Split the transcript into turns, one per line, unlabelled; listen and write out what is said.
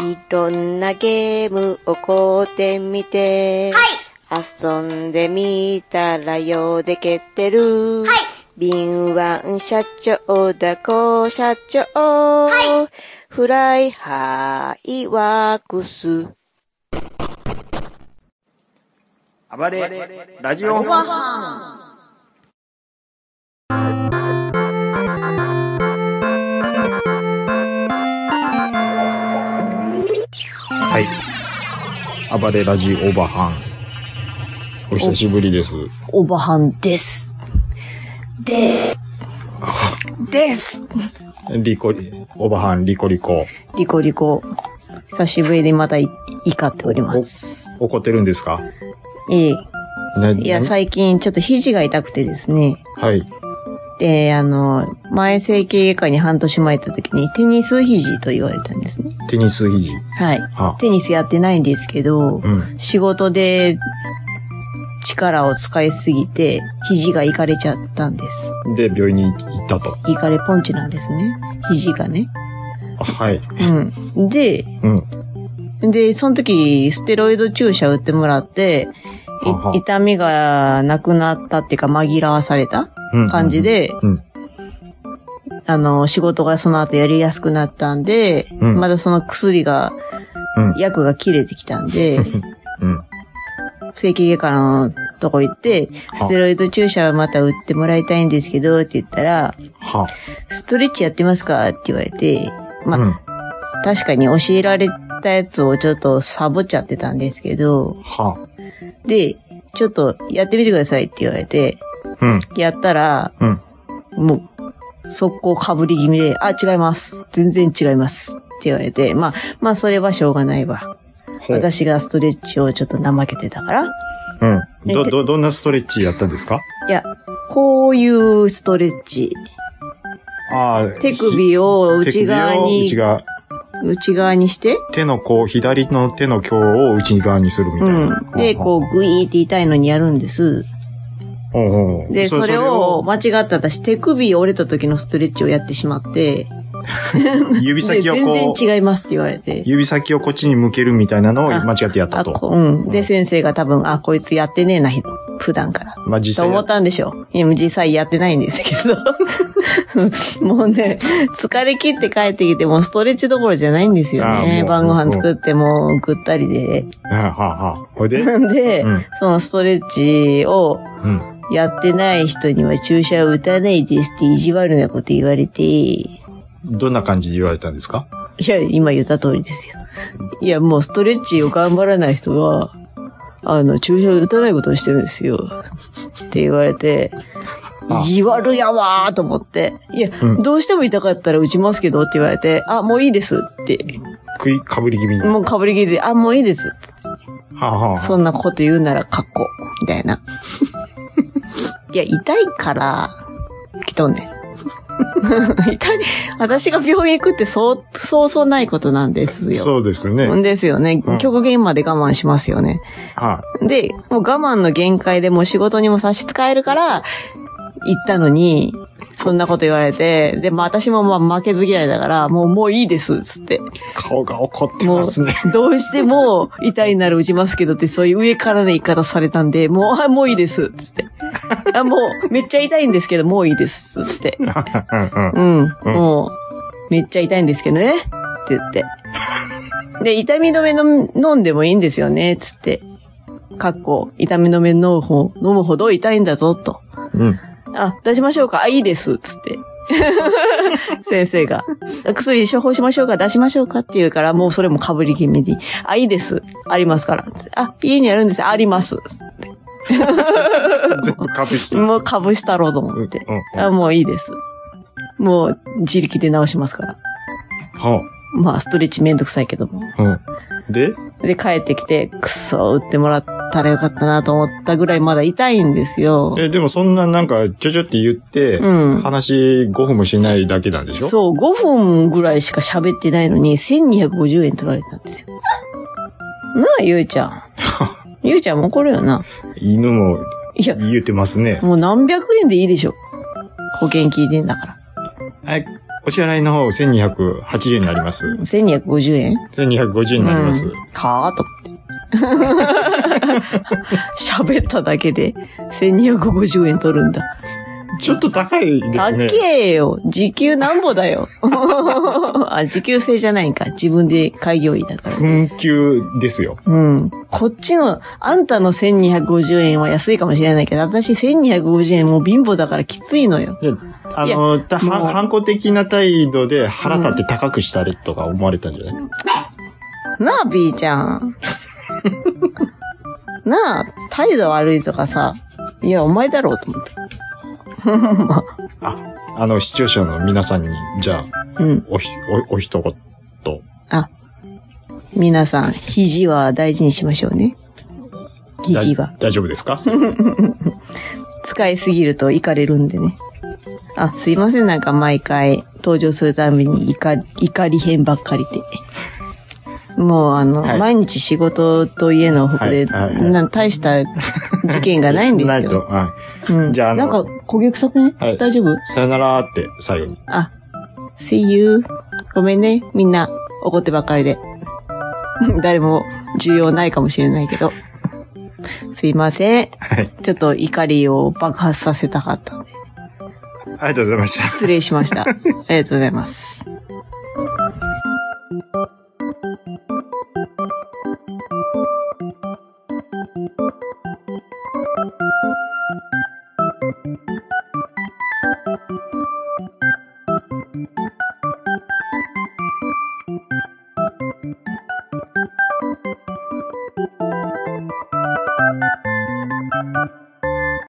いろんなゲームを買うてみて、遊んでみたらよでけてる。
はい
敏腕社長だ、こ社長。
は
フライハイワークス。
暴れラジオはい。暴れラジオーバーハン。お久しぶりです。
オバハンです。です。です。
リコリ、オーバーハン、リコリコ。
リコリコ。久しぶりにまたい怒っております。
お怒ってるんですか
ええ。
ない
や、最近ちょっと肘が痛くてですね。
はい。
で、あの、前整形外科に半年前行った時にテニス肘と言われたんですね。
テニス肘。
はい。
は
テニスやってないんですけど、
うん。
仕事で力を使いすぎて肘がいかれちゃったんです。
で、病院に行ったと。
いかれポンチなんですね。肘がね。
あはい。
うん。で、
うん。
で、その時、ステロイド注射打ってもらって、い
はは
痛みがなくなったっていうか紛らわされた
うん
感じ。で、
うん。
あの、仕事がその後やりやすくなったんで、
うん
まだその薬が、
うん
薬が切れてきたん で、
うん。
整形外科のとこ行って、
は
ステロイド注射また打ってもらいたいんですけど、って言ったら、
は。
ストレッチやってますかって言われて、まあ、
うん。
確かに教えられたやつをちょっとサボっちゃってたんですけど、
は。
で、ちょっとやってみてくださいって言われて、
うん。
やったら、
うん。
もう、速攻かぶり気味で、あ、違います。全然違います。って言われて、まあ、まあ、それはしょうがないわ。
ほう。
私がストレッチをちょっと怠けてたから。い
うん。ど、ど、どんなストレッチやったんですか
や、こういうストレッチ。
ああ。
手首を内側に、
手首を内側。
内側にして、
手のこう、左の手の甲を内側にするみたいうな。
ん。で、こう、グイーって痛いのにやるんです。
ほうほう。
で、それを、間違った私、手首折れた時のストレッチをやってしまって、
それを
で
指先をこ
全
う、
然違いますって言われて。
指先をこっちに向けるみたいなのを
あ
間違ってやった
あ、
と。
こうん。で、先生が多分、あ、こいつやってねえな、ひ普段から。
まあ実
と
際
思
や
っ、たんでしょう。いや実際やってないんです けど。もうね、疲れ切って帰ってきて、もうストレッチどころじゃないんですよ
あ
ね。
もう
晩ご飯作って、もうぐったりで。
はあ、はあ、ほいで、うん、
で、
うん
そのストレッチを
うん。
やってない人には注射を打たないですって意地悪なこと言われて、い
どんな感じで言われたんですか
や、今言った通りですよ。いや、もうストレッチを頑張らない人は、あの、注射を打たないことをしてるんですよ。って言われて、
あ
意地悪やわーと思って、いや、
うん
どうしても痛かったら打ちますけどって言われて、あ、もういいですって、
食い、かぶり気味に。は
もうかぶり切りで、あ、もういいです。
あ、はあ、
そんなこと言うならかっこ、みたいな。 いや、痛いから、来とん ねん。痛い。私が病院行くってそう、そうそうないことなんですよ。
そうですね。はい、
ですよね
うん。
極限まで我慢しますよね。で、もう我慢の限界でもう仕事にも差し支えるから、行ったのに、そんなこと言われて、で、まあ私もまあ負けず嫌いだから、もうもういいです、つって。
顔が怒って
も
ますね。
う、どうしても痛いなら打ちますけどって、そういう上からの言い方されたんで、もう、あ、もういいです、つって。あ、もう、めっちゃ痛いんですけど、もういいです、つって。
うんうん
うん、もう、めっちゃ痛いんですけどね、って言 って。で、痛み止めの飲んでもいいんですよね、つって。かっこ、痛み止め飲むほ飲むほど痛いんだぞ、と。
うん。
あ、出しましょうか。あ、いいです。つって。 先生が。薬処方しましょうか出しましょうかって言うから、もうそれも被り気味に。あ、いいです。ありますから。あ、家にあるんです。あります。
全部かぶして。
もう被したろうと思って。あ、もういいです。もう自力で治しますから。
は
まあ、ストレッチめんどくさいけども。
あ、うん。で、
で、帰ってきて、くっそ、打ってもらったらよかったなと思ったぐらいまだ痛いんですよ。
え、でもそんななんか、ちょちょって言って、
うん
話5分もしないだけなんでしょ
そう、5分ぐらいしか喋ってないのに、1250円取られたんですよ。なあ、ゆうちゃ ん。ゆうちゃんも怒るよな。
犬も
いや、
言うてますね。
もう何百円でいいでしょ。保険聞いてんだから。
はい。お支払いの方1280円になります。
1250円
1250円になります。
うんはぁと 思 って。喋っただけで1250円取るんだ。
ちょっと高いで
高
すね。
えよ。時給なんぼだよ。 あ、時給制じゃないんか。自分で開業医だから。
紛糾ですよ。
うん。こっちの、あんたの1250円は安いかもしれないけど、私1250円もう貧乏だからきついのよ。
で、あ
いや
の、た
もう
は反抗的な態度で腹立って高くしたりとか思われたんじゃない、
なあ、B ちゃん。 なあ、態度悪いとかさ。いや、お前だろうと思って。
あ、あの、視聴者の皆さんに、じゃあ、
うん。
おひ、お、お一言。
あ、皆さん、肘は大事にしましょうね。
だ
肘は。
大丈夫ですか
使いすぎるとイカれるんでね。あ、すいません、なんか毎回登場するたびに怒り、怒り編ばっかりで。 もうあの、
はい
毎日仕事と家の他で、
はいはいはい
なん大した事件がないんです
ないと。
よ。
はい。
うん、
じゃああの
なんか焦げ臭くね、
はい
大丈夫
さよならって、最後に。
あ、see you. ごめんね、みんな怒ってばっかりで。 誰も重要ないかもしれないけど。すいません。
はい。
ちょっと怒りを爆発させたかった。
ありがとうございました。
失礼しました。ありがとうございます。